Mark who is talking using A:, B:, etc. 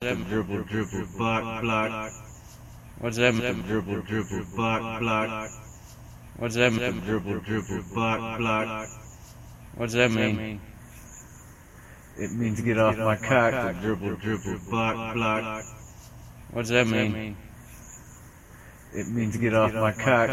A: them
B: Dribble, dribble, block, block.
A: what's them
B: Dribble, dribble, dribble, block, block.
A: what's them
B: Dribble, dribble, block, block.
A: what's that mean
B: It means get off my cock. Dribble, dribble, block, block.
A: what's that mean
B: It means get off my cock.